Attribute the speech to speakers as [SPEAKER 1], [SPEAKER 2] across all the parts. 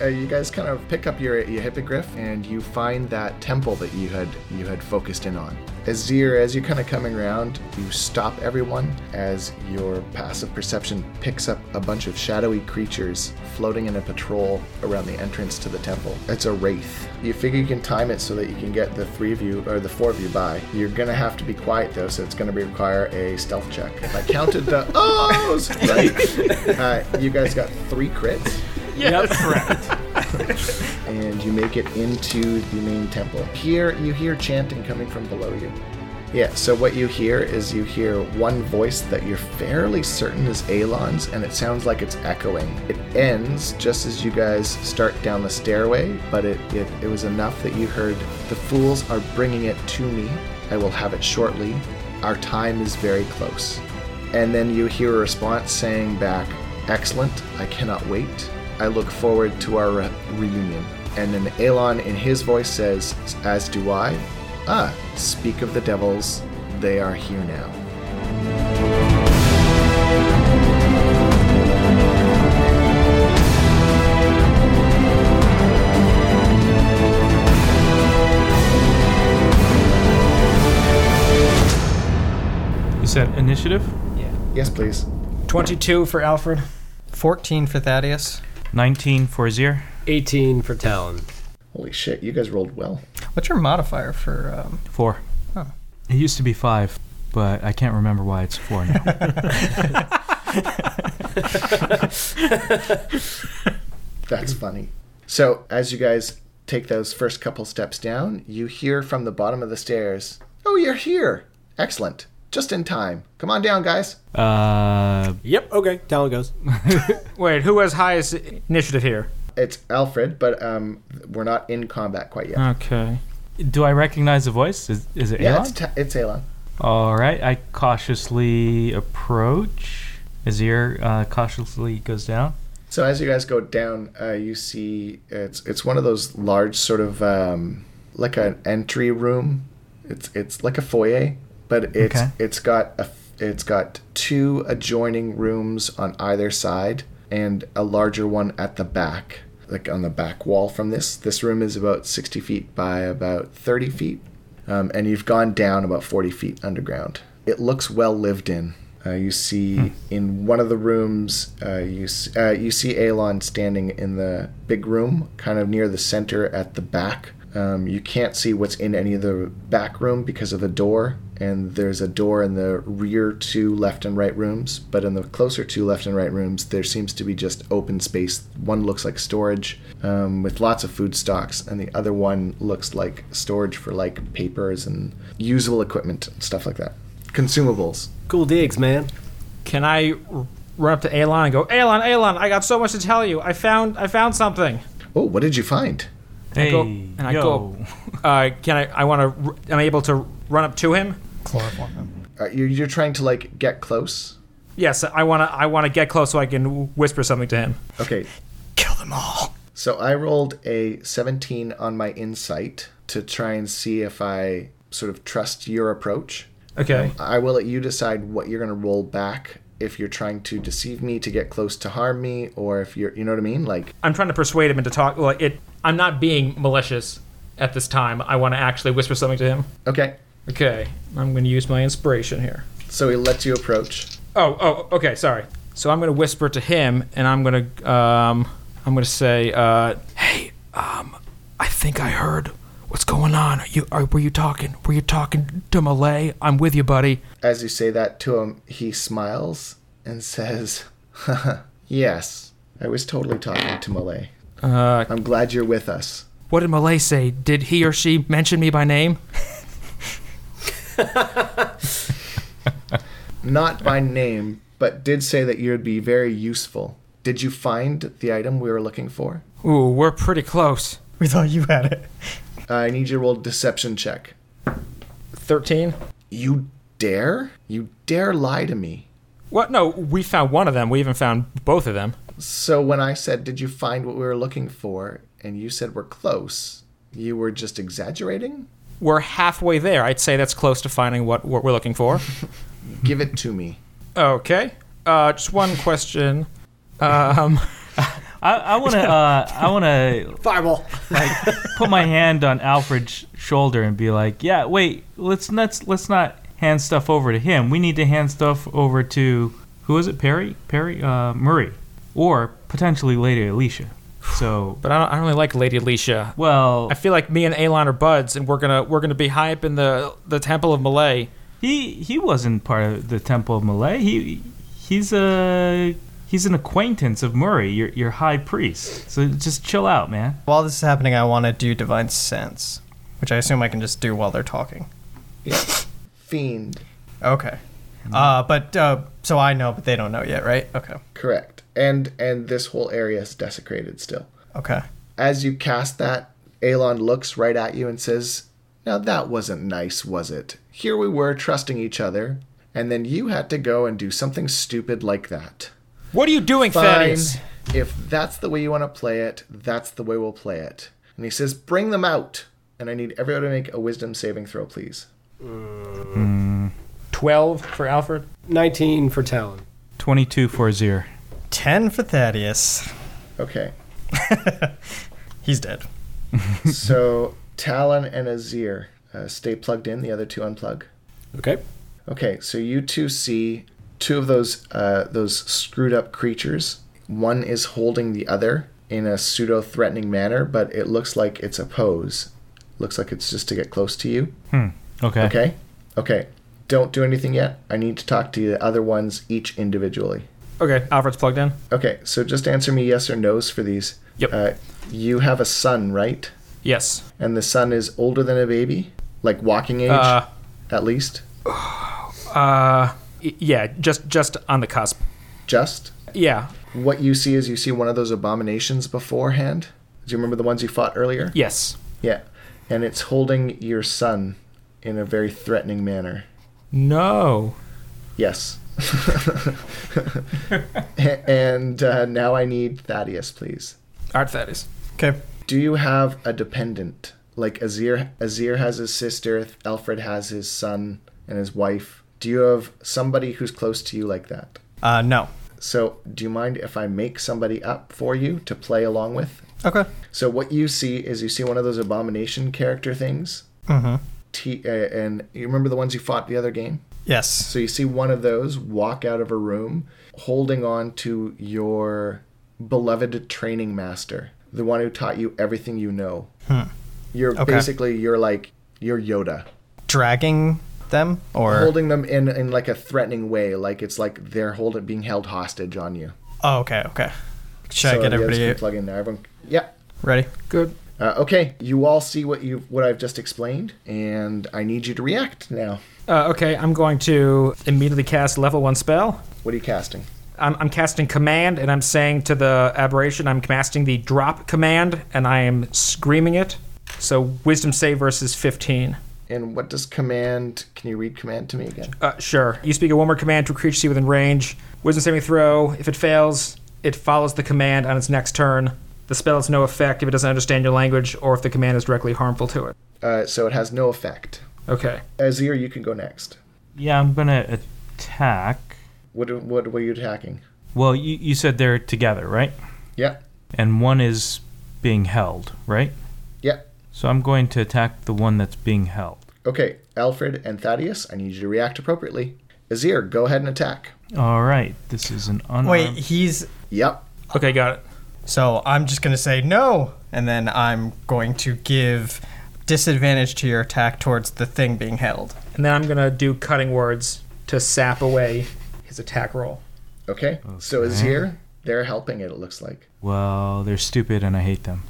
[SPEAKER 1] uh, you guys kind of pick up your, your hippogriff and you find that temple that you had you had focused in on. Azir, as you're kind of coming around, you stop everyone as your passive perception picks up a bunch of shadowy creatures floating in a patrol around the entrance to the temple. It's a wraith. You figure you can time it so that you can get the three of you or the four of you by. You're gonna have to be quiet though, so it's gonna require a stealth check. If I counted the ohs right, uh, you guys got three crits and you make it into the main temple. Here, you hear chanting coming from below you. Yeah, so what you hear is you hear one voice that you're fairly certain is Alon's, and it sounds like it's echoing. It ends just as you guys start down the stairway, but it, it, it was enough that you heard, The fools are bringing it to me. I will have it shortly. Our time is very close. And then you hear a response saying back, Excellent, I cannot wait. I look forward to our re- reunion. And then Elon, in his voice, says, As do I. Ah, speak of the devils, they are here now.
[SPEAKER 2] You said initiative?
[SPEAKER 1] Yes, please.
[SPEAKER 3] 22 for Alfred,
[SPEAKER 4] 14 for Thaddeus.
[SPEAKER 2] 19 for Azir.
[SPEAKER 3] 18 for Talon.
[SPEAKER 1] Holy shit, you guys rolled well.
[SPEAKER 4] What's your modifier for? Um,
[SPEAKER 2] Four.
[SPEAKER 4] Huh.
[SPEAKER 2] It used to be five, but I can't remember why it's four now.
[SPEAKER 1] That's funny. So, as you guys take those first couple steps down, you hear from the bottom of the stairs, Oh, you're here. Excellent. Just in time. Come on down, guys.
[SPEAKER 2] uh,
[SPEAKER 3] Yep, okay. Talon goes.
[SPEAKER 5] Wait, who has highest i- initiative here?
[SPEAKER 1] It's Alfred, but um, we're not in combat quite yet.
[SPEAKER 2] okay. Do I recognize the voice? Is, is it
[SPEAKER 1] yeah,
[SPEAKER 2] Elon?
[SPEAKER 1] it's, ta- it's Elon.
[SPEAKER 2] All right. I cautiously approach. Azir uh, cautiously goes down.
[SPEAKER 1] So as you guys go down, uh, you see it's it's one of those large sort of um, like an entry room. It's it's like a foyer, but it's
[SPEAKER 2] Okay.
[SPEAKER 1] it's got a it's got two adjoining rooms on either side and a larger one at the back, like on the back wall from this. This room is about sixty feet by about thirty feet, um, and you've gone down about 40 feet underground. It looks well lived in. Uh, you see in one of the rooms, uh, you s- uh, you see Elon standing in the big room, kind of near the center at the back. Um, you can't see what's in any of the back room because of the door, and there's a door in the rear two left and right rooms. But in the closer two left and right rooms, there seems to be just open space. One looks like storage um, with lots of food stocks, and the other one looks like storage for like papers and usable equipment, and stuff like that. Consumables.
[SPEAKER 3] Cool digs, man.
[SPEAKER 5] Can I r- run up to Alon and go, Alon, Alon, I got so much to tell you. I found, I found something.
[SPEAKER 1] Oh, what did you find?
[SPEAKER 2] Hey,
[SPEAKER 5] go- and I go- Uh, can I? I want to. I'm able to run up to him.
[SPEAKER 4] chloroform him.
[SPEAKER 1] Uh, you're, you're trying to like get close.
[SPEAKER 5] Yes, I want to. I want to get close so I can whisper something to him.
[SPEAKER 1] Okay,
[SPEAKER 4] Kill them all.
[SPEAKER 1] so I rolled a 17 on my insight to try and see if I sort of trust your approach.
[SPEAKER 5] Okay.
[SPEAKER 1] I will let you decide what you're going to roll back if you're trying to deceive me to get close to harm me or if you're you know what I mean like
[SPEAKER 5] I'm trying to persuade him into talk. Well, it. I'm not being malicious at this time. I want to actually whisper something to him.
[SPEAKER 1] okay
[SPEAKER 5] Okay. I'm going to use my inspiration here.
[SPEAKER 1] so he lets you approach
[SPEAKER 5] Oh. Oh. Okay. Sorry. So I'm going to whisper to him, and I'm going to. Um. I'm going to say. Uh. Hey. Um. I think I heard. What's going on? Are you are, were you talking? Were you talking to Malay? I'm with you, buddy.
[SPEAKER 1] as you say that to him he smiles and says yes I was totally talking to Malay
[SPEAKER 5] Uh,
[SPEAKER 1] I'm glad you're with us
[SPEAKER 5] What did Malay say? Did he or she mention me by name?
[SPEAKER 1] not by name, but did say that you'd be very useful. Did you find the item we were looking for?
[SPEAKER 5] Ooh, we're pretty close.
[SPEAKER 4] We thought you had it.
[SPEAKER 1] I need you to roll a deception check.
[SPEAKER 5] 13?
[SPEAKER 1] You dare? You dare lie to me?
[SPEAKER 5] What? No, we found one of them. We even found both of them.
[SPEAKER 1] So when I said, "Did you find what we were looking for?" and you said we're close, you were just exaggerating.
[SPEAKER 5] We're halfway there. I'd say that's close to finding what, what we're looking for.
[SPEAKER 1] Give it to me.
[SPEAKER 5] okay. Uh, just one question. Um,
[SPEAKER 2] I, I want to. Uh, I want to
[SPEAKER 3] Fireball.
[SPEAKER 2] like put my hand on Alfred's shoulder and be like, "Yeah, wait, let's let's let's not hand stuff over to him. We need to hand stuff over to who is it? Perry, Perry, uh, Murray, or potentially Lady Alicia." So,
[SPEAKER 5] But I don't, I don't really like Lady Alicia.
[SPEAKER 2] well,
[SPEAKER 5] I feel like me and Alon are buds, and we're gonna we're gonna be high up in the the Temple of Malay.
[SPEAKER 2] he he wasn't part of the Temple of Malay. He he's a he's an acquaintance of Murray, your your high priest. So just chill out, man.
[SPEAKER 4] While this is happening, I want to do divine sense, which I assume I can just do while they're talking.
[SPEAKER 1] Fiend.
[SPEAKER 4] Okay. Uh, but uh, so I know, but they don't know yet, right? Okay.
[SPEAKER 1] Correct. And and this whole area is desecrated still.
[SPEAKER 4] Okay.
[SPEAKER 1] As you cast that, Elon looks right at you and says, Now that wasn't nice, was it? Here we were trusting each other, and then you had to go and do something stupid like that.
[SPEAKER 5] What are you doing,
[SPEAKER 1] Fine.
[SPEAKER 5] Thaddeus?
[SPEAKER 1] If that's the way you want to play it, that's the way we'll play it. And he says, Bring them out. And I need everyone to make a wisdom saving throw, please.
[SPEAKER 5] Twelve for Alfred.
[SPEAKER 3] 19 for Talon.
[SPEAKER 2] Twenty-two for Azir.
[SPEAKER 4] Ten for Thaddeus.
[SPEAKER 1] Okay.
[SPEAKER 4] He's dead.
[SPEAKER 1] so Talon and Azir uh, stay plugged in, the other two unplug.
[SPEAKER 3] Okay.
[SPEAKER 1] Okay, so you two see two of those uh, those screwed up creatures. One is holding the other in a pseudo threatening manner, but it looks like it's a pose. Looks like it's just to get close to you.
[SPEAKER 2] Okay.
[SPEAKER 1] Okay, okay. Don't do anything yet. I need to talk to the other ones each individually.
[SPEAKER 5] Okay, Alfred's plugged in.
[SPEAKER 1] Okay, so just answer me yes or no's for these.
[SPEAKER 5] Yep.
[SPEAKER 1] Uh, you have a son, right?
[SPEAKER 5] Yes.
[SPEAKER 1] And the son is older than a baby, like walking age,
[SPEAKER 5] Uh,
[SPEAKER 1] at least.
[SPEAKER 5] Uh, y- yeah, just just on the cusp.
[SPEAKER 1] Just.
[SPEAKER 5] Yeah.
[SPEAKER 1] what you see is you see one of those abominations beforehand. Do you remember the ones you fought earlier?
[SPEAKER 5] Yes.
[SPEAKER 1] Yeah. And it's holding your son in a very threatening manner.
[SPEAKER 5] No.
[SPEAKER 1] Yes. A- and uh, now I need Thaddeus, please.
[SPEAKER 5] Art Thaddeus.
[SPEAKER 4] Okay.
[SPEAKER 1] Do you have a dependent? Like Azir, Azir has his sister, Alfred has his son and his wife. Do you have somebody who's close to you like that?
[SPEAKER 4] Uh, no.
[SPEAKER 1] So, do you mind if I make somebody up for you to play along with?
[SPEAKER 4] Okay.
[SPEAKER 1] So what you see is you see one of those abomination character things. T- uh, and you remember the ones you fought the other game?
[SPEAKER 4] Yes.
[SPEAKER 1] So you see one of those walk out of a room holding on to your beloved training master, the one who taught you everything you know. You're
[SPEAKER 4] Hmm. Okay.
[SPEAKER 1] basically you're like you're Yoda.
[SPEAKER 4] Dragging them or
[SPEAKER 1] Holding them in in like a threatening way, like it's like they're holding being held hostage on you.
[SPEAKER 4] Oh, okay. Okay. Should I get
[SPEAKER 1] the others can
[SPEAKER 4] everybody
[SPEAKER 1] plug in there. Everyone, yeah,
[SPEAKER 4] ready?
[SPEAKER 5] Good.
[SPEAKER 1] Uh, okay, you all see what you what I've just explained, and I need you to react now.
[SPEAKER 5] Uh, okay, I'm going to immediately cast level one spell.
[SPEAKER 1] What are you casting?
[SPEAKER 5] I'm, I'm casting command, and I'm saying to the aberration, I'm casting the drop command, and I am screaming it. So wisdom save versus 15.
[SPEAKER 1] And what does command? Can you read command to me again?
[SPEAKER 5] Uh, sure. You speak a one more command to a creature you see within range. Wisdom saving throw. If it fails, it follows the command on its next turn. The spell has no effect if it doesn't understand your language or if the command is directly harmful to it.
[SPEAKER 1] Uh, so it has no effect.
[SPEAKER 5] Okay.
[SPEAKER 1] Azir, you can go next.
[SPEAKER 2] Yeah, I'm gonna attack.
[SPEAKER 1] What what were you attacking?
[SPEAKER 2] Well, you, you said they're together, right?
[SPEAKER 1] Yeah,
[SPEAKER 2] And one is being held, right?
[SPEAKER 1] yeah.
[SPEAKER 2] So I'm going to attack the one that's being held.
[SPEAKER 1] Okay, Alfred and Thaddeus, I need you to react appropriately. Azir, go ahead and attack.
[SPEAKER 2] All right, this is an unarmed.
[SPEAKER 4] Wait, he's.
[SPEAKER 1] Yep.
[SPEAKER 5] Okay, got it.
[SPEAKER 4] So I'm just gonna say no, and then I'm going to give disadvantage to your attack towards the thing being held.
[SPEAKER 5] And then I'm going to do cutting words to sap away his attack roll.
[SPEAKER 1] Okay. So Azir, they're helping it. It looks like.
[SPEAKER 2] Well, they're stupid and I hate them.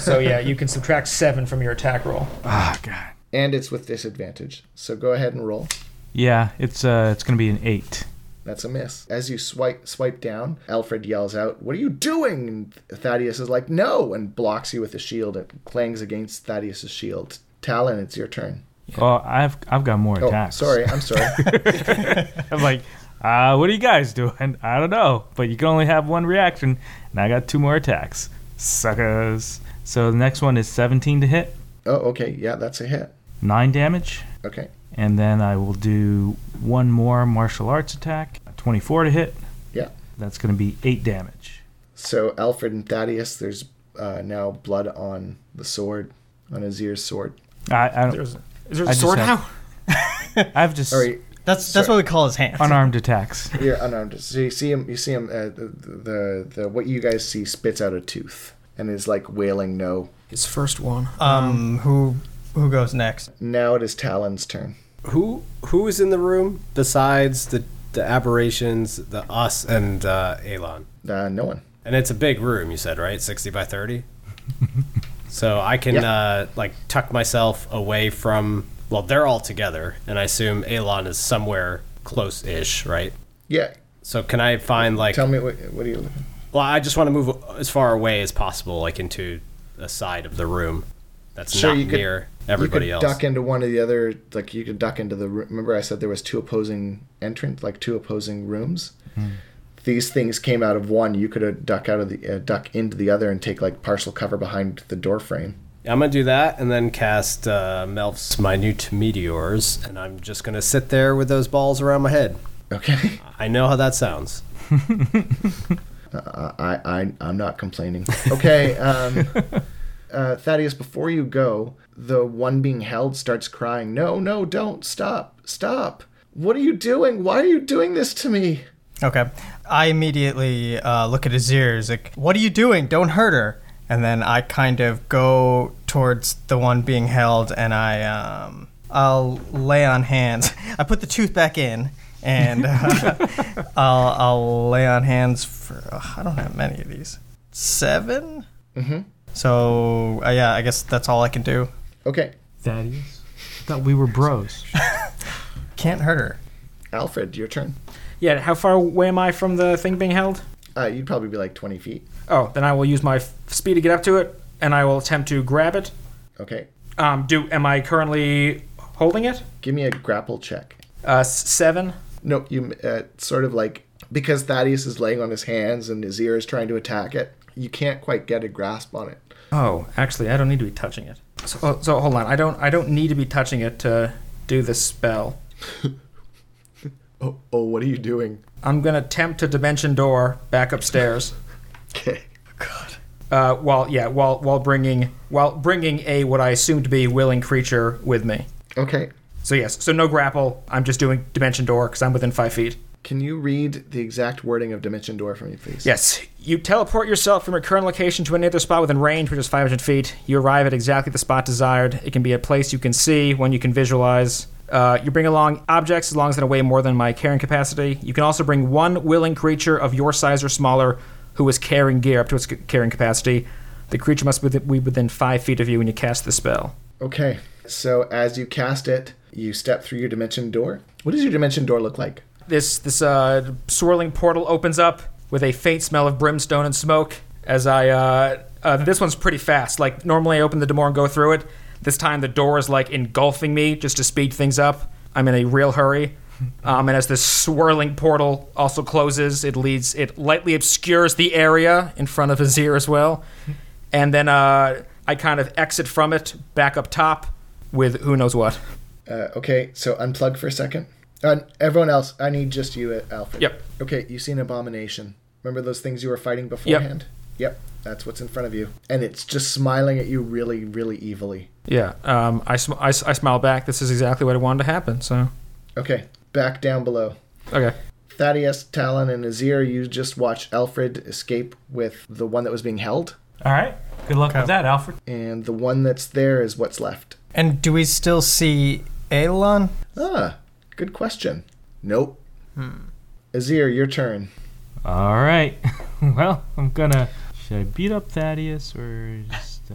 [SPEAKER 5] So yeah, you can subtract 7 from your attack roll.
[SPEAKER 2] Ah, God.
[SPEAKER 1] And it's with disadvantage. So go ahead and roll.
[SPEAKER 2] Yeah, it's uh, it's gonna be an eight.
[SPEAKER 1] That's a miss. As you swipe swipe down, Alfred yells out, "What are you doing?" And Thaddeus is like, "No!" and blocks you with his shield. It clangs against Thaddeus' shield. Talon, it's your turn.
[SPEAKER 2] Oh, I've I've got more
[SPEAKER 1] Oh,
[SPEAKER 2] attacks.
[SPEAKER 1] sorry. I'm sorry.
[SPEAKER 2] I'm like, uh, what are you guys doing? I don't know, but you can only have one reaction, and I got two more attacks. Suckers. So the next one is 17 to hit,
[SPEAKER 1] oh, okay. Yeah, that's a hit.
[SPEAKER 2] nine damage,
[SPEAKER 1] Okay.
[SPEAKER 2] and then I will do one more martial arts attack, 24 to hit.
[SPEAKER 1] Yeah.
[SPEAKER 2] That's going to be eight damage.
[SPEAKER 1] So Alfred and Thaddeus, there's uh, now blood on the sword, on Azir's sword.
[SPEAKER 2] I, I don't.
[SPEAKER 5] There's, is there
[SPEAKER 2] I
[SPEAKER 5] a
[SPEAKER 2] just
[SPEAKER 5] sword
[SPEAKER 2] have-
[SPEAKER 5] now?
[SPEAKER 2] I've just
[SPEAKER 1] Sorry,
[SPEAKER 4] That's
[SPEAKER 1] Sorry.
[SPEAKER 4] that's what we call his hand.
[SPEAKER 2] unarmed attacks.
[SPEAKER 1] you're unarmed. So you see him. You see him. Uh, the, the the what you guys see spits out a tooth and is like wailing no.
[SPEAKER 5] His first one.
[SPEAKER 4] Um, who who goes next?
[SPEAKER 1] Now it is Talon's turn.
[SPEAKER 3] Who who is in the room besides the the aberrations, the us and uh, Elon?
[SPEAKER 1] Uh, no one.
[SPEAKER 3] And it's a big room, you said, right? Sixty by thirty. so I can
[SPEAKER 1] Yeah.
[SPEAKER 3] uh, like tuck myself away from. Well, they're all together, and I assume Elon is somewhere close-ish, right?
[SPEAKER 1] Yeah.
[SPEAKER 3] So can I find like?
[SPEAKER 1] Tell me what what are you?
[SPEAKER 3] Well, I just want to move as far away as possible, like into a side of the room that's
[SPEAKER 1] Sure,
[SPEAKER 3] not
[SPEAKER 1] you could-
[SPEAKER 3] near
[SPEAKER 1] you
[SPEAKER 3] everybody
[SPEAKER 1] could
[SPEAKER 3] else.
[SPEAKER 1] duck into one of the other. Like you could duck into the. roo- Remember I said there was two opposing entrance, like two opposing rooms. These things came out of one. You could uh, duck out of the uh, duck into the other and take like partial cover behind the door frame.
[SPEAKER 3] I'm gonna do that and then cast uh, Melf's minute meteors, and I'm just gonna sit there with those balls around my head.
[SPEAKER 1] Okay.
[SPEAKER 3] I know how that sounds.
[SPEAKER 1] I, I I'm not complaining. Okay, um, uh, Thaddeus, before you go, the one being held starts crying. No, no, don't stop, stop! What are you doing? Why are you doing this to me?
[SPEAKER 4] Okay. I immediately uh, look at his ears, like, what are you doing? Don't hurt her. And then I kind of go towards the one being held and I, um, I'll lay on hands. I put the tooth back in and uh, I'll, I'll lay on hands for, ugh, I don't have many of these. 7 Mm-hmm. So, uh, yeah, I guess that's all I can do.
[SPEAKER 1] Okay,
[SPEAKER 2] Thaddeus, I thought we were bros.
[SPEAKER 4] Can't hurt her.
[SPEAKER 1] Alfred, your turn.
[SPEAKER 5] Yeah, how far away am I from the thing being held?
[SPEAKER 1] Uh, you'd probably be like 20 feet.
[SPEAKER 5] Oh, then I will use my f- speed to get up to it, and I will attempt to grab it.
[SPEAKER 1] Okay,
[SPEAKER 5] Um, do am I currently holding it?
[SPEAKER 1] give me a grapple check.
[SPEAKER 5] Uh, s- seven.
[SPEAKER 1] No, you uh, sort of like because Thaddeus is laying on his hands and his ear is trying to attack it. You can't quite get a grasp on it.
[SPEAKER 5] Oh, actually, I don't need to be touching it. So, oh, so hold on. I don't. I don't need to be touching it to do this spell.
[SPEAKER 1] Oh, oh, what are you doing?
[SPEAKER 5] I'm gonna attempt to dimension door back upstairs.
[SPEAKER 1] Okay.
[SPEAKER 5] Uh, while yeah, while while bringing while bringing a what I assume to be willing creature with me.
[SPEAKER 1] Okay.
[SPEAKER 5] So yes, so no grapple. I'm just doing dimension door because I'm within five feet.
[SPEAKER 1] Can you read the exact wording of Dimension Door for me, please?
[SPEAKER 5] Yes, you teleport yourself from your current location to any other spot within range, which is 500 feet. You arrive at exactly the spot desired. It can be a place you can see, one you can visualize. Uh, you bring along objects as long as they weigh more than my carrying capacity. You can also bring one willing creature of your size or smaller who is carrying gear up to its c- carrying capacity. The creature must be be within five feet of you when you cast the spell.
[SPEAKER 1] Okay. So as you cast it, you step through your dimension door. What does your dimension door look like?
[SPEAKER 5] This this uh, swirling portal opens up with a faint smell of brimstone and smoke. As I uh, uh, this one's pretty fast. Like normally, I open the door and go through it. This time, the door is like engulfing me just to speed things up. I'm in a real hurry. Um, and as this swirling portal also closes, it leads it lightly obscures the area in front of his ear as well. And then uh, I kind of exit from it back up top with who knows what.
[SPEAKER 1] Uh, okay. So unplug for a second. Uh, everyone else, I need just you, uh, Alfred.
[SPEAKER 5] Yep.
[SPEAKER 1] Okay. You see an abomination. Remember those things you were fighting beforehand? Yep. That's what's in front of you, and it's just smiling at you really, really evilly.
[SPEAKER 5] Yeah, um, I, sm- I, s- I smile back. This is exactly what I wanted to happen. So,
[SPEAKER 1] Okay. Back down below.
[SPEAKER 5] okay.
[SPEAKER 1] Thaddeus, Talon, and Azir, you just watched Alfred escape with the one that was being held,
[SPEAKER 2] All right. Good luck
[SPEAKER 4] Okay.
[SPEAKER 2] with that, Alfred.
[SPEAKER 1] and the one that's there is what's left.
[SPEAKER 4] And do we still see Elon?
[SPEAKER 1] Ah, good question. Nope. Azir, your turn.
[SPEAKER 2] All right. Well, I'm gonna. Should I beat up Thaddeus or just? Uh,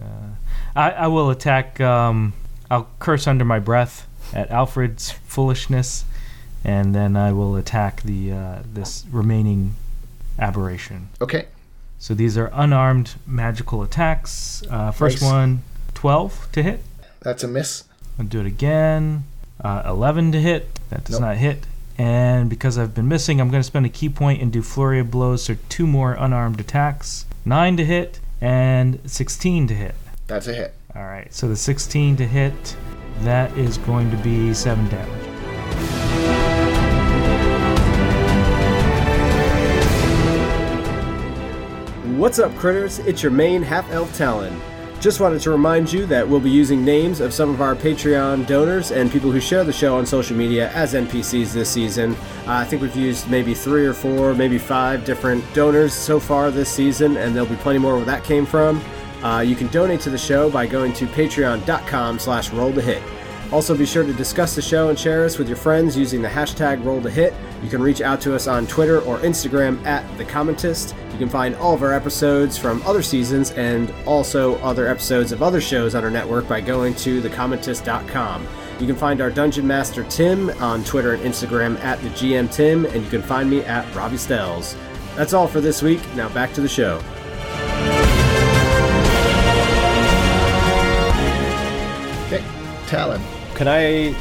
[SPEAKER 2] I I will attack. Um, I'll curse under my breath at Alfred's foolishness, and then I will attack the uh, this remaining aberration.
[SPEAKER 1] Okay.
[SPEAKER 2] So these are unarmed magical attacks. Uh, first
[SPEAKER 1] Nice.
[SPEAKER 2] one, 12 to hit.
[SPEAKER 1] That's a miss.
[SPEAKER 2] I'll do it again. Uh, 11 to hit. That does
[SPEAKER 1] Nope.
[SPEAKER 2] not hit. And because I've been missing, I'm going to spend a key point and do flurry of blows. So two more unarmed attacks. Nine to hit and 16 to hit.
[SPEAKER 1] That's a hit.
[SPEAKER 2] All right. So the 16 to hit. That is going to be seven damage.
[SPEAKER 6] What's up, critters? It's your main half elf Talon. Just wanted to remind you that we'll be using names of some of our Patreon donors and people who share the show on social media as NPCs this season. Uh, I think we've used maybe three or four, maybe five different donors so far this season, and there'll be plenty more where that came from. Uh, you can donate to the show by going to patreon.com slash roll to hit. Also, be sure to discuss the show and share us with your friends using the hashtag roll to hit. You can reach out to us on Twitter or Instagram at The Commentist. You can find all of our episodes from other seasons and also other episodes of other shows on our network by going to thecommentist.com. You can find our Dungeon Master Tim on Twitter and Instagram at the GM Tim, and you can find me at Robbie Stells. That's all for this week. Now back to the show.
[SPEAKER 1] Okay, Talon.
[SPEAKER 3] Can I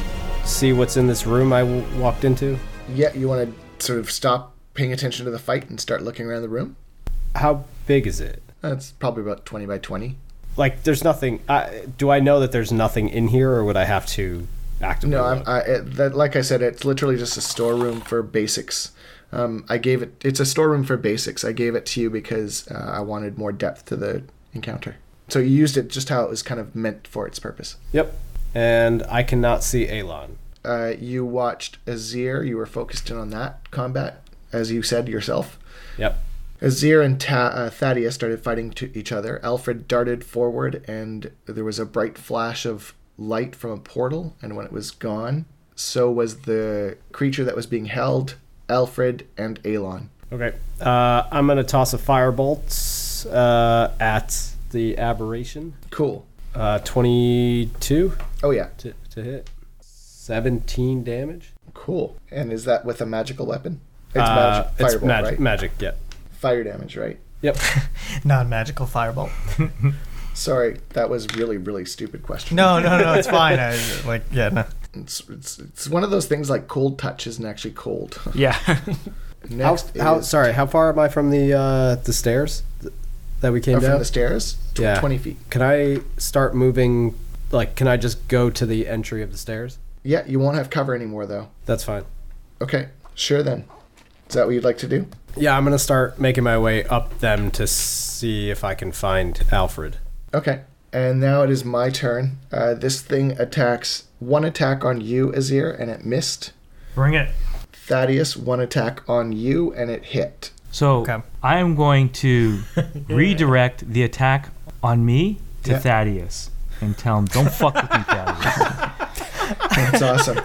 [SPEAKER 3] see what's in this room I w- walked into?
[SPEAKER 1] Yeah, you want to sort of stop paying attention to the fight and start looking around the room?
[SPEAKER 3] How big is it?
[SPEAKER 1] That's probably about 20 by 20.
[SPEAKER 3] Like, there's nothing. I, do I know that there's nothing in here, or would I have to actively?
[SPEAKER 1] No, I'm,
[SPEAKER 3] look?
[SPEAKER 1] I, it, that, like I said, it's literally just a storeroom for basics. Um, I gave it. It's a storeroom for basics. I gave it to you because uh, I wanted more depth to the encounter. So you used it just how it was kind of meant for its purpose.
[SPEAKER 3] Yep. And I cannot see Elon.
[SPEAKER 1] Uh, you watched Azir. You were focused in on that combat, as you said yourself.
[SPEAKER 3] Yep.
[SPEAKER 1] Azir and Ta- uh, Thaddeus started fighting to each other. Alfred darted forward, and there was a bright flash of light from a portal. And when it was gone, so was the creature that was being held, Alfred and Alon.
[SPEAKER 3] Okay. Uh, I'm gonna toss a firebolt uh, at the aberration.
[SPEAKER 1] Cool.
[SPEAKER 3] Uh, 22
[SPEAKER 1] Oh yeah,
[SPEAKER 3] to, to hit. 17 damage.
[SPEAKER 1] cool. And is that with a magical weapon? It's
[SPEAKER 3] Uh,
[SPEAKER 1] magic. Firebolt,
[SPEAKER 3] it's magic.
[SPEAKER 1] right?
[SPEAKER 3] Magic. Yep.
[SPEAKER 1] Fire damage, right?
[SPEAKER 3] Yep.
[SPEAKER 4] Non magical firebolt.
[SPEAKER 1] Sorry, that was really, really stupid question.
[SPEAKER 4] No, no, no, it's fine. I, like, yeah, no.
[SPEAKER 1] it's, it's, it's one of those things like cold touch isn't actually cold.
[SPEAKER 5] Yeah.
[SPEAKER 3] How,
[SPEAKER 1] Next,
[SPEAKER 3] how
[SPEAKER 1] is-
[SPEAKER 3] sorry? How far am I from the uh, the stairs th- that we came
[SPEAKER 1] Oh, from
[SPEAKER 3] down?
[SPEAKER 1] the stairs, Tw-
[SPEAKER 3] Yeah.
[SPEAKER 1] twenty feet.
[SPEAKER 3] can I start moving? Like, can I just go to the entry of the stairs?
[SPEAKER 1] Yeah, you won't have cover anymore though.
[SPEAKER 3] That's fine.
[SPEAKER 1] Okay, sure then. Is that what you'd like to do?
[SPEAKER 3] Yeah, I'm gonna start making my way up them to see if I can find Alfred.
[SPEAKER 2] Oh,
[SPEAKER 1] Okay, and now it is my turn. Uh, this thing attacks one attack on you, Azir, and it missed.
[SPEAKER 2] Bring it.
[SPEAKER 1] Thaddeus, one attack on you, and it hit.
[SPEAKER 2] So
[SPEAKER 4] Okay.
[SPEAKER 2] I am going to redirect the attack on me to
[SPEAKER 1] Yeah.
[SPEAKER 2] Thaddeus and tell him, "Don't fuck with me, Thaddeus."
[SPEAKER 1] That's awesome.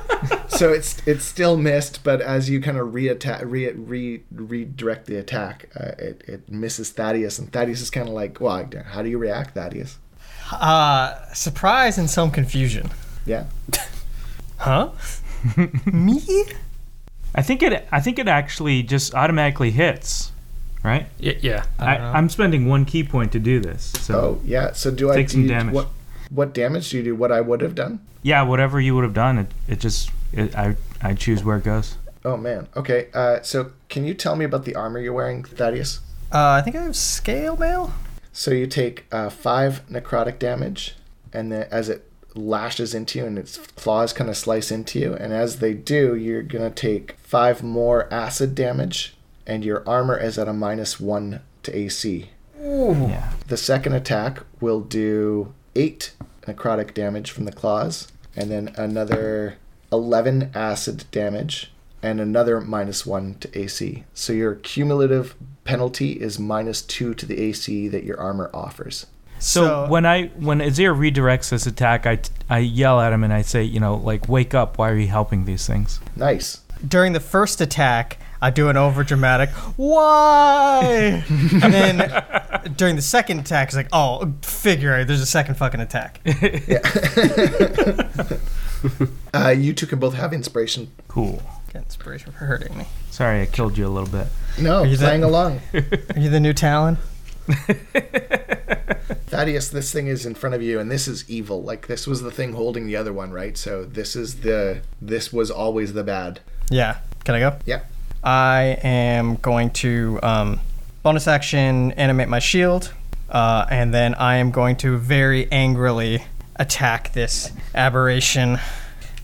[SPEAKER 1] So it's it's still missed, but as you kind of re-attack, re, re redirect the attack, uh, it it misses Thaddeus, and Thaddeus is kind of like, "Well, how do you react, Thaddeus?"
[SPEAKER 4] Uh, surprise and some confusion.
[SPEAKER 1] Yeah.
[SPEAKER 4] Huh? Me?
[SPEAKER 2] I think it. I think it actually just automatically hits, right?
[SPEAKER 5] Y- yeah.
[SPEAKER 2] I, I'm spending one key point to do this. So
[SPEAKER 1] Oh yeah. So do I
[SPEAKER 2] Take
[SPEAKER 1] do
[SPEAKER 2] some
[SPEAKER 1] you-
[SPEAKER 2] damage.
[SPEAKER 1] What, what damage do you do? What I would have done?
[SPEAKER 2] yeah, whatever you would have done, it, it just it, I I choose where it goes.
[SPEAKER 1] Oh man. Okay. Uh, so can you tell me about the armor you're wearing, Thaddeus?
[SPEAKER 4] Uh, I think I have scale mail.
[SPEAKER 1] So you take uh, five necrotic damage, and then as it lashes into you and its claws kind of slice into you, and as they do, you're gonna take five more acid damage, and your armor is at a minus one to AC.
[SPEAKER 2] Yeah.
[SPEAKER 1] The second attack will do eight necrotic damage from the claws, and then another 11 acid damage, and another minus one to AC. So your cumulative penalty is minus two to the AC that your armor offers.
[SPEAKER 2] So, when I when Azir redirects this attack, I, I yell at him and I say, you know, like wake up! Why are you helping these things?
[SPEAKER 1] Nice.
[SPEAKER 4] during the first attack, I do an over dramatic why, and then during the second attack, it's like oh, figure it, there's a second fucking attack.
[SPEAKER 1] Uh, you two can both have inspiration.
[SPEAKER 2] Cool.
[SPEAKER 4] Inspiration for hurting me.
[SPEAKER 2] Sorry, I killed you a little bit.
[SPEAKER 1] No,
[SPEAKER 4] you
[SPEAKER 1] playing
[SPEAKER 4] that-
[SPEAKER 1] along.
[SPEAKER 4] Are you the new Talon?
[SPEAKER 1] Thaddeus, this thing is in front of you, and this is evil. Like this was the thing holding the other one, right? So this is the this was always the bad.
[SPEAKER 4] Yeah. Can I go?
[SPEAKER 1] Yeah.
[SPEAKER 4] I am going to um, bonus action animate my shield, uh, and then I am going to very angrily attack this aberration.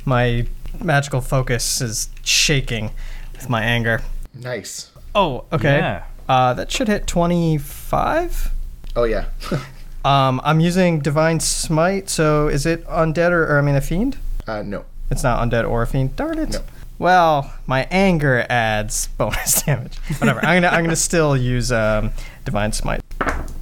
[SPEAKER 4] My magical focus is shaking with my anger.
[SPEAKER 1] Nice.
[SPEAKER 4] Oh, okay.
[SPEAKER 2] Yeah.
[SPEAKER 4] Uh, that should hit 25.
[SPEAKER 1] Oh yeah.
[SPEAKER 4] Um, I'm using Divine Smite, so is it undead or, or I mean a fiend?
[SPEAKER 1] uh, no.
[SPEAKER 4] It's not undead or a fiend. Darn it.
[SPEAKER 1] No.
[SPEAKER 4] Well, my anger adds bonus damage. Whatever. I'm gonna I'm gonna still use um, Divine Smite.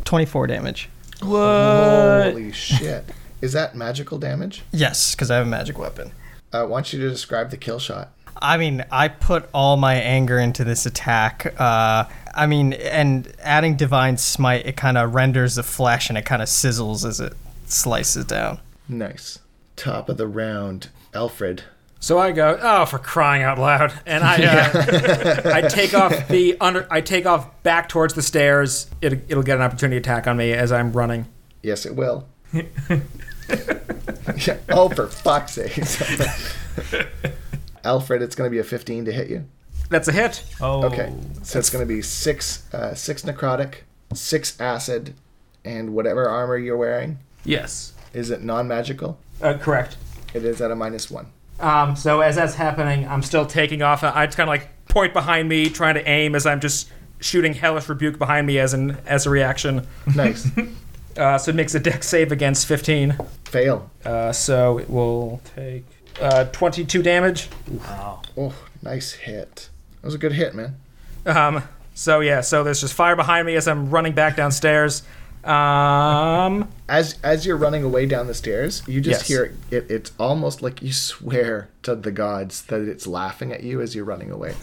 [SPEAKER 4] 24 damage.
[SPEAKER 2] Uh,
[SPEAKER 1] Holy shit. Is that magical damage?
[SPEAKER 4] Yes, because I have a magic weapon.
[SPEAKER 1] Uh, I want you to describe the kill shot.
[SPEAKER 4] I mean, I put all my anger into this attack. Uh, I mean, and adding divine smite, it kind of renders the flesh and it kind of sizzles as it slices down.
[SPEAKER 1] Nice. Top of the round, Alfred.
[SPEAKER 5] So I go, oh, for crying out loud, and I, uh, I take off the under, I take off back towards the stairs. It, it'll get an opportunity attack on me as I'm running.
[SPEAKER 1] Yes, it will. yeah. Oh, for fuck's sake. Alfred, it's going to be a 15 to hit you.
[SPEAKER 5] That's a hit.
[SPEAKER 2] Oh,
[SPEAKER 1] Okay. So it's going to be six, uh, six necrotic, six acid, and whatever armor you're wearing.
[SPEAKER 5] Yes.
[SPEAKER 1] Is it non magical?
[SPEAKER 5] Uh, correct.
[SPEAKER 1] It is at a minus one.
[SPEAKER 5] Um, so as that's happening, I'm still taking off. I just kind of like point behind me, trying to aim as I'm just shooting hellish rebuke behind me as an as a reaction.
[SPEAKER 1] Nice.
[SPEAKER 5] Uh, so it makes a deck save against 15.
[SPEAKER 1] Fail.
[SPEAKER 5] Uh, so it will take uh, 22 damage.
[SPEAKER 1] Oh, nice hit. That was a good hit, man.
[SPEAKER 5] Um, so yeah, so there's just fire behind me as I'm running back downstairs. Um,
[SPEAKER 1] as as you're running away down the stairs, you just
[SPEAKER 5] Yes.
[SPEAKER 1] hear it, It's almost like you swear to the gods that it's laughing at you as you're running away.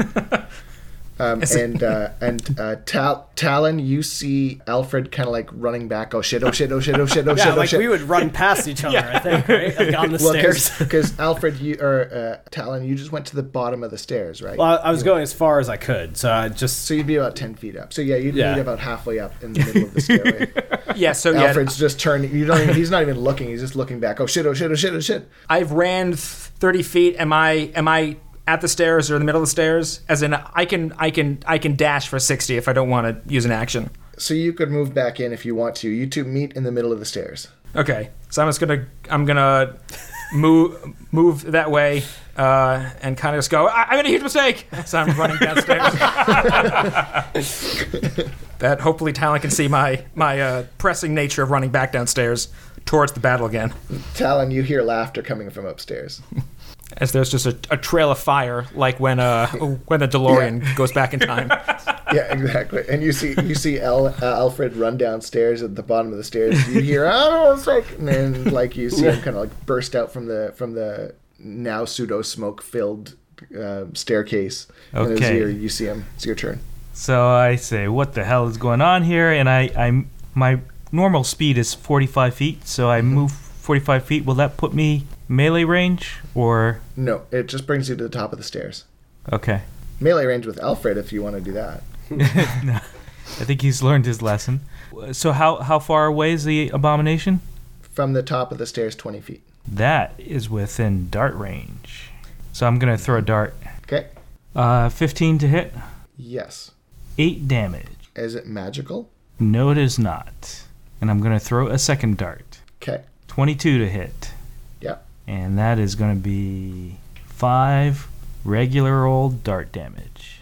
[SPEAKER 1] um, and uh, and uh, Tal- Talon, you see Alfred kind of like running back. Oh shit! Oh shit! Oh shit! Oh shit! Oh shit!
[SPEAKER 3] Yeah,
[SPEAKER 1] Oh
[SPEAKER 3] like
[SPEAKER 1] shit!
[SPEAKER 3] we would run past each other, I think, right? Like on the stairs.
[SPEAKER 1] because Alfred, you or uh, Talon, you just went to the bottom of the stairs, right?
[SPEAKER 6] Well, I I was going as far as I could, so I just
[SPEAKER 1] so you'd be about ten feet up. So yeah, you'd
[SPEAKER 6] Yeah.
[SPEAKER 1] be about halfway up in the middle of the stairway.
[SPEAKER 5] yeah, so Oh, yeah,
[SPEAKER 1] Alfred's just turning. You don't. Even, he's not even looking. He's just looking back. Oh shit! Oh shit! Oh shit! Oh shit!
[SPEAKER 5] I've ran th- 30 feet. Am I am I at the stairs or in the middle of the stairs? As in, I can I can I can dash for 60 if I don't want to use an action.
[SPEAKER 1] So you could move back in if you want to. You two meet in the middle of the stairs.
[SPEAKER 5] Okay, so I'm just gonna I'm gonna move move that way uh, and kind of just go. I- I made a huge mistake. So I'm running downstairs. that hopefully Talon can see my my uh, pressing nature of running back downstairs towards the battle again,
[SPEAKER 1] Talon, you hear laughter coming from upstairs.
[SPEAKER 5] as there's just a, a trail of fire, like when uh when the DeLorean goes back in time.
[SPEAKER 1] yeah, exactly. And you see you see Al, uh, Alfred run downstairs at the bottom of the stairs. You hear oh, it's like, and then like you see him kind of like burst out from the from the now pseudo smoke filled uh, staircase. And as
[SPEAKER 2] Okay.
[SPEAKER 1] you- you see him. It's your turn.
[SPEAKER 2] So I say, what the hell is going on here? And I, I my normal speed is 45 feet, so I move 45 feet. Will that put me melee range or
[SPEAKER 1] No, it just brings you to the top of the stairs.
[SPEAKER 2] okay?
[SPEAKER 1] Melee range with Alfred if you want to do that.
[SPEAKER 2] I think he's learned his lesson. So how how far away is the abomination?
[SPEAKER 1] From the top of the stairs, twenty feet.
[SPEAKER 2] That is within dart range. So I'm gonna throw a dart.
[SPEAKER 1] Okay.
[SPEAKER 2] Uh, 15 to hit,
[SPEAKER 1] Yes.
[SPEAKER 2] eight damage.
[SPEAKER 1] Is it magical?
[SPEAKER 2] No, it is not. And I'm gonna throw a second dart.
[SPEAKER 1] Okay.
[SPEAKER 2] 22 to hit.
[SPEAKER 1] Yeah.
[SPEAKER 2] And that is going to be five regular old dart damage.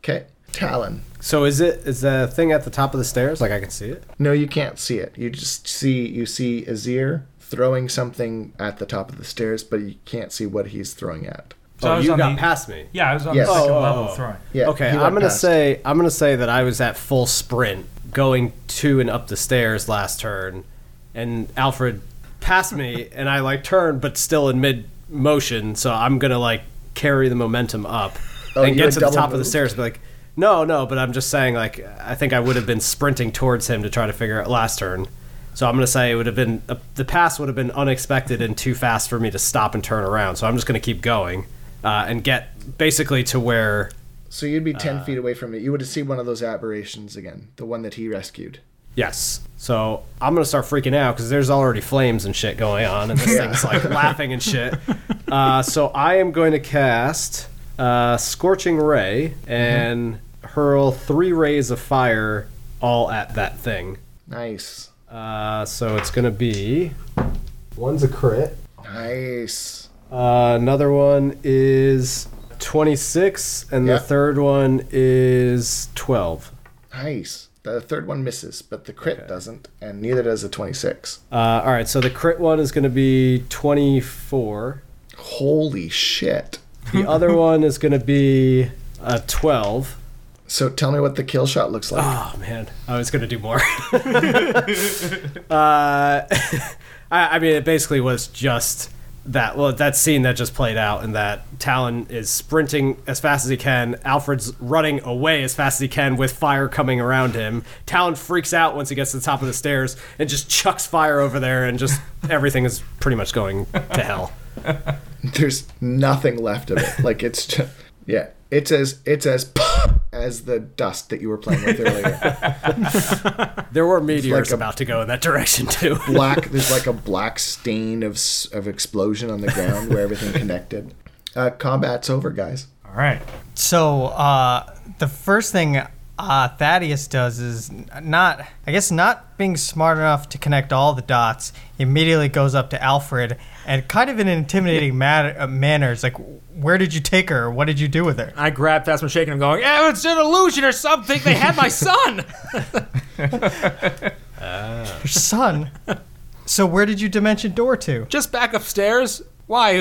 [SPEAKER 1] Okay. Talon.
[SPEAKER 6] So is it is the thing at the top of the stairs? Like I can see it.
[SPEAKER 1] No, you can't see it. You just see you see Azir throwing something at the top of the stairs, but you can't see what he's throwing at.
[SPEAKER 2] So I
[SPEAKER 6] oh,
[SPEAKER 2] was
[SPEAKER 6] you
[SPEAKER 2] on
[SPEAKER 6] got
[SPEAKER 2] the-
[SPEAKER 6] past me.
[SPEAKER 2] Yeah, I was on
[SPEAKER 1] Yes.
[SPEAKER 2] the second
[SPEAKER 6] Oh, oh,
[SPEAKER 2] level
[SPEAKER 6] oh.
[SPEAKER 2] throwing.
[SPEAKER 1] Yeah.
[SPEAKER 6] okay,
[SPEAKER 1] he
[SPEAKER 6] I'm
[SPEAKER 1] went
[SPEAKER 6] gonna
[SPEAKER 1] past.
[SPEAKER 6] say I'm gonna say that I was at full sprint going to and up the stairs last turn, and Alfred passed me, and I like turned but still in mid motion, so I'm gonna like carry the momentum up
[SPEAKER 1] Oh,
[SPEAKER 6] and
[SPEAKER 1] you
[SPEAKER 6] get
[SPEAKER 1] had
[SPEAKER 6] to the
[SPEAKER 1] double
[SPEAKER 6] top of the
[SPEAKER 1] moved?
[SPEAKER 6] stairs, but like. No, no, but I'm just saying, like, I think I would have been sprinting towards him to try to figure out last turn. So I'm going to say it would have been, uh, the pass would have been unexpected and too fast for me to stop and turn around. So I'm just going to keep going uh, and get basically to where
[SPEAKER 1] So you'd be ten feet away from it. You would have seen one of those aberrations again, the one that he rescued.
[SPEAKER 6] Yes. So I'm gonna start freaking out because there's already flames and shit going on, and this thing's like laughing and shit. Uh, so I am going to cast uh, Scorching Ray and hurl three rays of fire all at that thing.
[SPEAKER 1] Nice.
[SPEAKER 6] Uh, so it's gonna be one's a crit,
[SPEAKER 1] Nice.
[SPEAKER 6] uh, another one is 26, and
[SPEAKER 1] Yeah.
[SPEAKER 6] the third one is 12.
[SPEAKER 1] Nice. The third one misses, but the crit doesn't, and neither does the 26.
[SPEAKER 6] Uh, all right, so the crit one is going to be 24.
[SPEAKER 1] Holy shit.
[SPEAKER 6] The other one is going to be uh, a 12.
[SPEAKER 1] So tell me what the kill shot looks like.
[SPEAKER 6] Oh man, I was gonna do more. uh, I, I mean, it basically was just that. Well, that scene that just played out, and that Talon is sprinting as fast as he can. Alfred's running away as fast as he can with fire coming around him. Talon freaks out once he gets to the top of the stairs and just chucks fire over there, and just everything is pretty much going to hell.
[SPEAKER 1] There's nothing left of it. Like it's just, yeah, it's as it's as as the dust that you were playing with earlier.
[SPEAKER 6] There were meteors
[SPEAKER 1] like a-
[SPEAKER 6] about to go in that direction too.
[SPEAKER 1] Black. There's like a black stain of s- of explosion on the ground where everything connected. Uh, combat's over, guys.
[SPEAKER 2] All right.
[SPEAKER 4] So uh, the first thing uh, Thaddeus does is n- not, I guess, not being smart enough to connect all the dots. Immediately goes up to Alfred and kind of in an intimidating matter, uh, manner. It's like, where did you take her? What did you do with her?
[SPEAKER 5] I grabbed Fastman shaking him, going, "Yeah, it's an illusion or something. They had my son."
[SPEAKER 4] Your son. so where did you dimension door to?
[SPEAKER 5] just back upstairs. Why?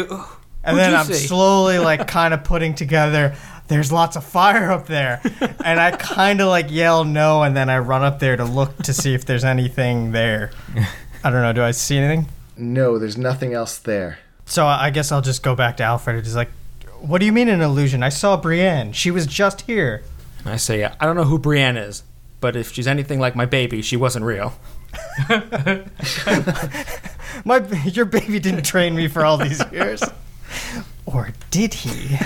[SPEAKER 4] And then I'm slowly like kind of putting together. There's lots of fire up there, and I kind of like yell no, and then I run up there to look to see if there's anything there. I don't know. Do I see anything?
[SPEAKER 1] No, there's nothing else there.
[SPEAKER 4] So I I guess I'll just go back to Alfred. It's like, what do you mean an illusion? I saw Brienne. She was just here.
[SPEAKER 5] I say, yeah, I don't know who Brienne is, but if she's anything like my baby, she wasn't real.
[SPEAKER 4] My your baby didn't train me for all these years, or did he?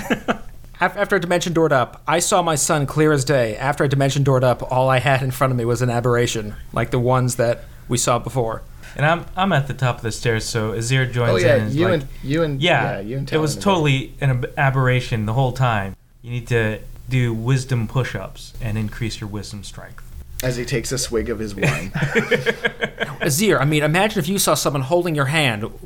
[SPEAKER 5] Af- After I dimension doored up, I saw my son clear as day. After I dimension doored up, all I had in front of me was an aberration, like the ones that we saw before.
[SPEAKER 2] And I'm I'm at the top of the stairs, so Azir joins
[SPEAKER 1] Oh
[SPEAKER 2] in.
[SPEAKER 1] yeah,
[SPEAKER 2] is
[SPEAKER 1] you
[SPEAKER 2] like,
[SPEAKER 1] and you and
[SPEAKER 2] yeah,
[SPEAKER 1] you and
[SPEAKER 2] it was
[SPEAKER 1] Talon are
[SPEAKER 2] totally an ab- aberration the whole time. You need to do wisdom push-ups and increase your wisdom strength.
[SPEAKER 1] both- As he takes a swig of his wine.
[SPEAKER 5] Azir, I mean, imagine if you saw someone holding your hand. Wouldn't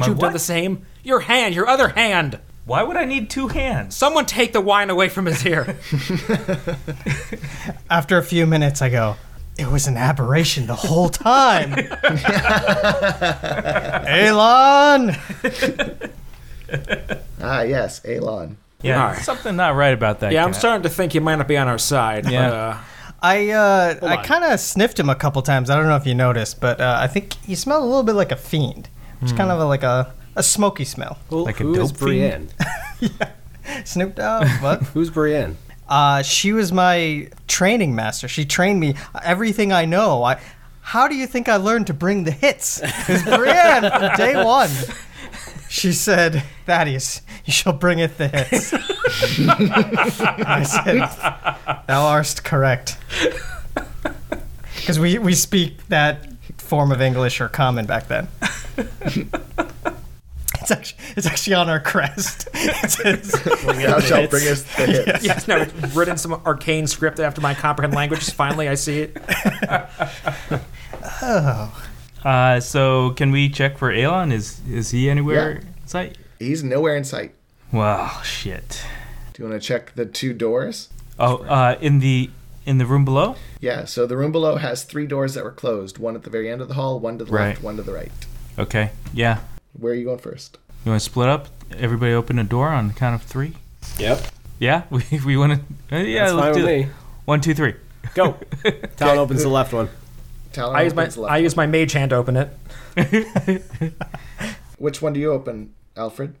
[SPEAKER 2] My
[SPEAKER 5] you have done
[SPEAKER 2] what?
[SPEAKER 5] the same? Your hand, your other hand.
[SPEAKER 2] Why would I need two hands?
[SPEAKER 5] Someone take the wine away from Azir.
[SPEAKER 4] After a few minutes, I go. It was an aberration the whole time. Elon.
[SPEAKER 1] ah yes, Elon.
[SPEAKER 2] Yeah,
[SPEAKER 5] All right.
[SPEAKER 2] something not right about that.
[SPEAKER 5] yeah, I'm
[SPEAKER 2] guy.
[SPEAKER 5] starting to think you might not be on our side.
[SPEAKER 2] Yeah.
[SPEAKER 5] But, uh,
[SPEAKER 4] I uh, I
[SPEAKER 6] on.
[SPEAKER 4] kind of sniffed him a couple times. I don't know if you noticed, but uh, I think he smelled a little bit like a fiend. It's kind of a, like a, a smoky smell.
[SPEAKER 2] Like a
[SPEAKER 6] Hmm. who is
[SPEAKER 2] dope fiend?
[SPEAKER 6] Brienne?
[SPEAKER 4] Snoop Dogg, what?
[SPEAKER 6] Who's Brienne?
[SPEAKER 4] Uh, she was my training master. She trained me everything I know. I, how do you think I learned to bring the hits? Is Brienne from day one? She said, "Thaddeus, you shall bringeth the hits." And I said, "Thou art correct," because we we speak that form of English or common back then. It's actually, it's actually on our crest. It says,
[SPEAKER 1] Thou shalt bring us the hits.
[SPEAKER 5] yes, no, I've written some arcane script after my comprehend language. Finally, I see it.
[SPEAKER 2] Uh, so can we check for Elon? Is is he anywhere?
[SPEAKER 1] Yeah.
[SPEAKER 2] in sight?
[SPEAKER 1] He's nowhere in sight.
[SPEAKER 2] Wow, shit.
[SPEAKER 1] Do you want to check the two doors?
[SPEAKER 2] Oh, uh, in the in the room below.
[SPEAKER 1] Yeah, so the room below has three doors that were closed one at the very end of the hall, one to the
[SPEAKER 2] Right.
[SPEAKER 1] left, one to the right.
[SPEAKER 2] Okay. Yeah.
[SPEAKER 1] Where are you going first?
[SPEAKER 2] You want to split up? Everybody open a door on the count of three.
[SPEAKER 6] Yep,
[SPEAKER 2] Yeah. We we want to. Uh, yeah.
[SPEAKER 6] that's
[SPEAKER 2] let's
[SPEAKER 6] fine
[SPEAKER 2] do
[SPEAKER 6] with
[SPEAKER 2] it.
[SPEAKER 6] me.
[SPEAKER 2] One, two, three.
[SPEAKER 6] Go. Talon opens the left one.
[SPEAKER 1] Talon
[SPEAKER 5] I use my
[SPEAKER 1] opens left.
[SPEAKER 5] I use my mage hand to open it.
[SPEAKER 1] Which one do you open, Alfred?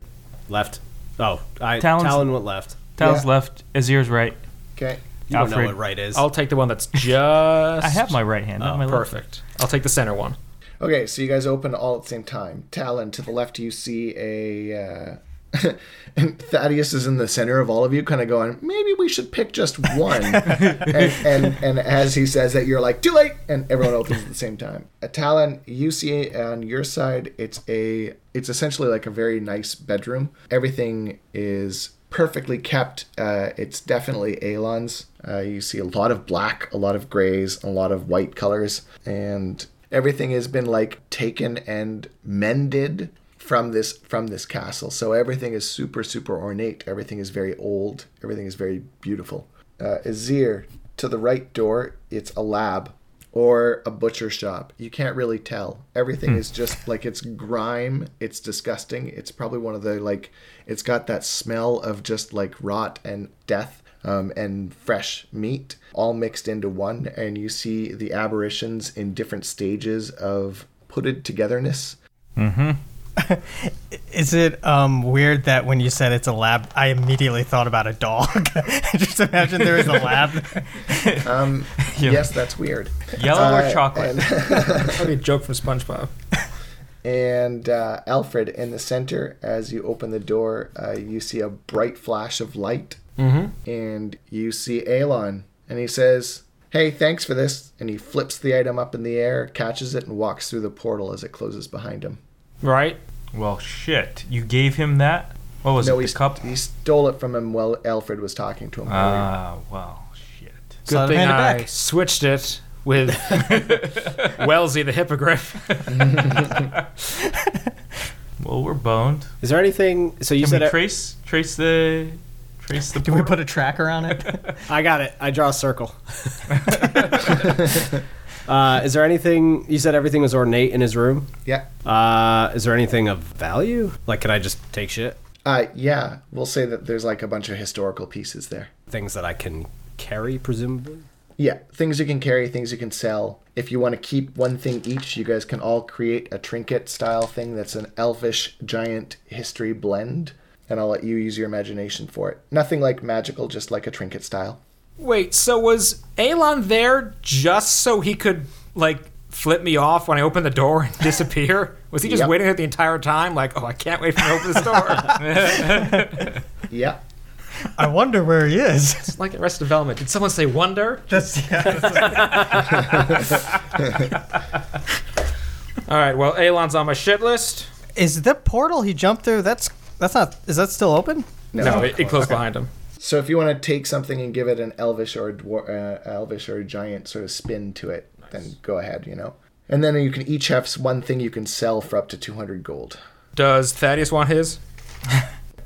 [SPEAKER 6] Left. Oh, I,
[SPEAKER 2] Talon's-
[SPEAKER 6] Talon went left.
[SPEAKER 2] Tal's
[SPEAKER 1] Yeah.
[SPEAKER 2] left. Azir's right.
[SPEAKER 1] Okay.
[SPEAKER 6] You don't know
[SPEAKER 2] Alfred.
[SPEAKER 6] what right is.
[SPEAKER 5] I'll take the one that's just.
[SPEAKER 2] I have my right hand.
[SPEAKER 6] Oh,
[SPEAKER 2] not my left.
[SPEAKER 5] perfect. I'll take the center one.
[SPEAKER 1] Okay, so you guys open all at the same time. Talon, to the left, you see a. Uh, and Thaddeus is in the center of all of you, kind of going, maybe we should pick just one. and, and, and as he says that, you're like, too late! And everyone opens at the same time. A Talon, you see on your side, it's a. It's essentially like a very nice bedroom. Everything is perfectly kept. Uh, it's definitely Alon's. Uh, you see a lot of black, a lot of grays, a lot of white colors, and everything has been like taken and mended from this from this castle. So everything is super super ornate. Everything is very old. Everything is very beautiful. Uh, Azir to the right door. It's a lab or a butcher shop. You can't really tell. Everything is just like it's grime. It's disgusting. It's probably one of the like. It's got that smell of just like rot and death um, and fresh meat all mixed into one, and you see the aberrations in different stages of putted togetherness.
[SPEAKER 4] Is it um, weird that when you said it's a lab, I immediately thought about a dog? Just imagine there was a lab.
[SPEAKER 1] Yes, that's weird.
[SPEAKER 2] Yellow
[SPEAKER 1] Uh,
[SPEAKER 2] or chocolate?
[SPEAKER 5] That'd be a joke from SpongeBob.
[SPEAKER 1] And uh, Alfred in the center, as you open the door, uh, you see a bright flash of light, mm-hmm. and you see Alon, and he says, "Hey, thanks for this." And he flips the item up in the air, catches it, and walks through the portal as it closes behind him.
[SPEAKER 5] Right?
[SPEAKER 2] well, shit. You gave him that? What was
[SPEAKER 1] No,
[SPEAKER 2] it?
[SPEAKER 1] he,
[SPEAKER 2] The cup?
[SPEAKER 1] he stole it from him while Alfred was talking to him. earlier.
[SPEAKER 2] Ah, well, shit.
[SPEAKER 5] Good
[SPEAKER 4] Slide
[SPEAKER 5] thing
[SPEAKER 4] hand it
[SPEAKER 5] I
[SPEAKER 4] back.
[SPEAKER 5] switched it with Wellesley the hippogriff.
[SPEAKER 2] Well, we're boned.
[SPEAKER 6] Is there anything? So you
[SPEAKER 2] Can
[SPEAKER 6] said
[SPEAKER 2] we
[SPEAKER 6] I-
[SPEAKER 2] trace trace the trace the
[SPEAKER 4] Do we
[SPEAKER 2] portal?
[SPEAKER 4] put a tracker on it?
[SPEAKER 6] I got it. I draw a circle. uh, is there anything? You said everything was ornate in his room.
[SPEAKER 1] Yeah.
[SPEAKER 6] Uh, is there anything of value? Like, can I just take shit?
[SPEAKER 1] Uh, yeah, we'll say that there's like a bunch of historical pieces there.
[SPEAKER 6] Things that I can carry, presumably.
[SPEAKER 1] Yeah, things you can carry, things you can sell. If you want to keep one thing each, you guys can all create a trinket style thing that's an elfish giant history blend, and I'll let you use your imagination for it. Nothing like magical, just like a trinket style.
[SPEAKER 5] Wait, so was Elon there just so he could, like, flip me off when I opened the door and disappear? Was he just
[SPEAKER 1] Yep.
[SPEAKER 5] waiting there the entire time? Like, oh, I can't wait for him to open this door.
[SPEAKER 1] Yeah.
[SPEAKER 4] I wonder where he is.
[SPEAKER 5] it's like Arrested Development. Did someone say wonder?
[SPEAKER 4] That's, yeah.
[SPEAKER 5] All right, well, Elon's on my shit list.
[SPEAKER 4] Is the portal he jumped through? That's that's not. Is that still open?
[SPEAKER 5] No, it, it closed behind him.
[SPEAKER 1] So if you want to take something and give it an elvish or a dwar- uh, elvish or a giant sort of spin to it, then go ahead. You know, and then you can each have s- one thing you can sell for up to two hundred gold.
[SPEAKER 5] Does Thaddeus want his?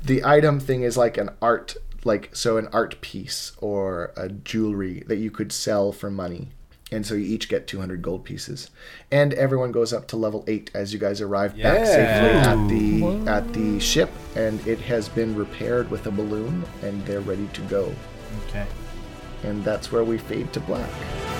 [SPEAKER 1] the item thing is like an art like so an art piece or a jewelry that you could sell for money and so you each get 200 gold pieces and everyone goes up to level 8 as you guys arrive back safely at the at the ship and it has been repaired with a balloon and they're ready to go
[SPEAKER 2] Okay.
[SPEAKER 1] and that's where we fade to black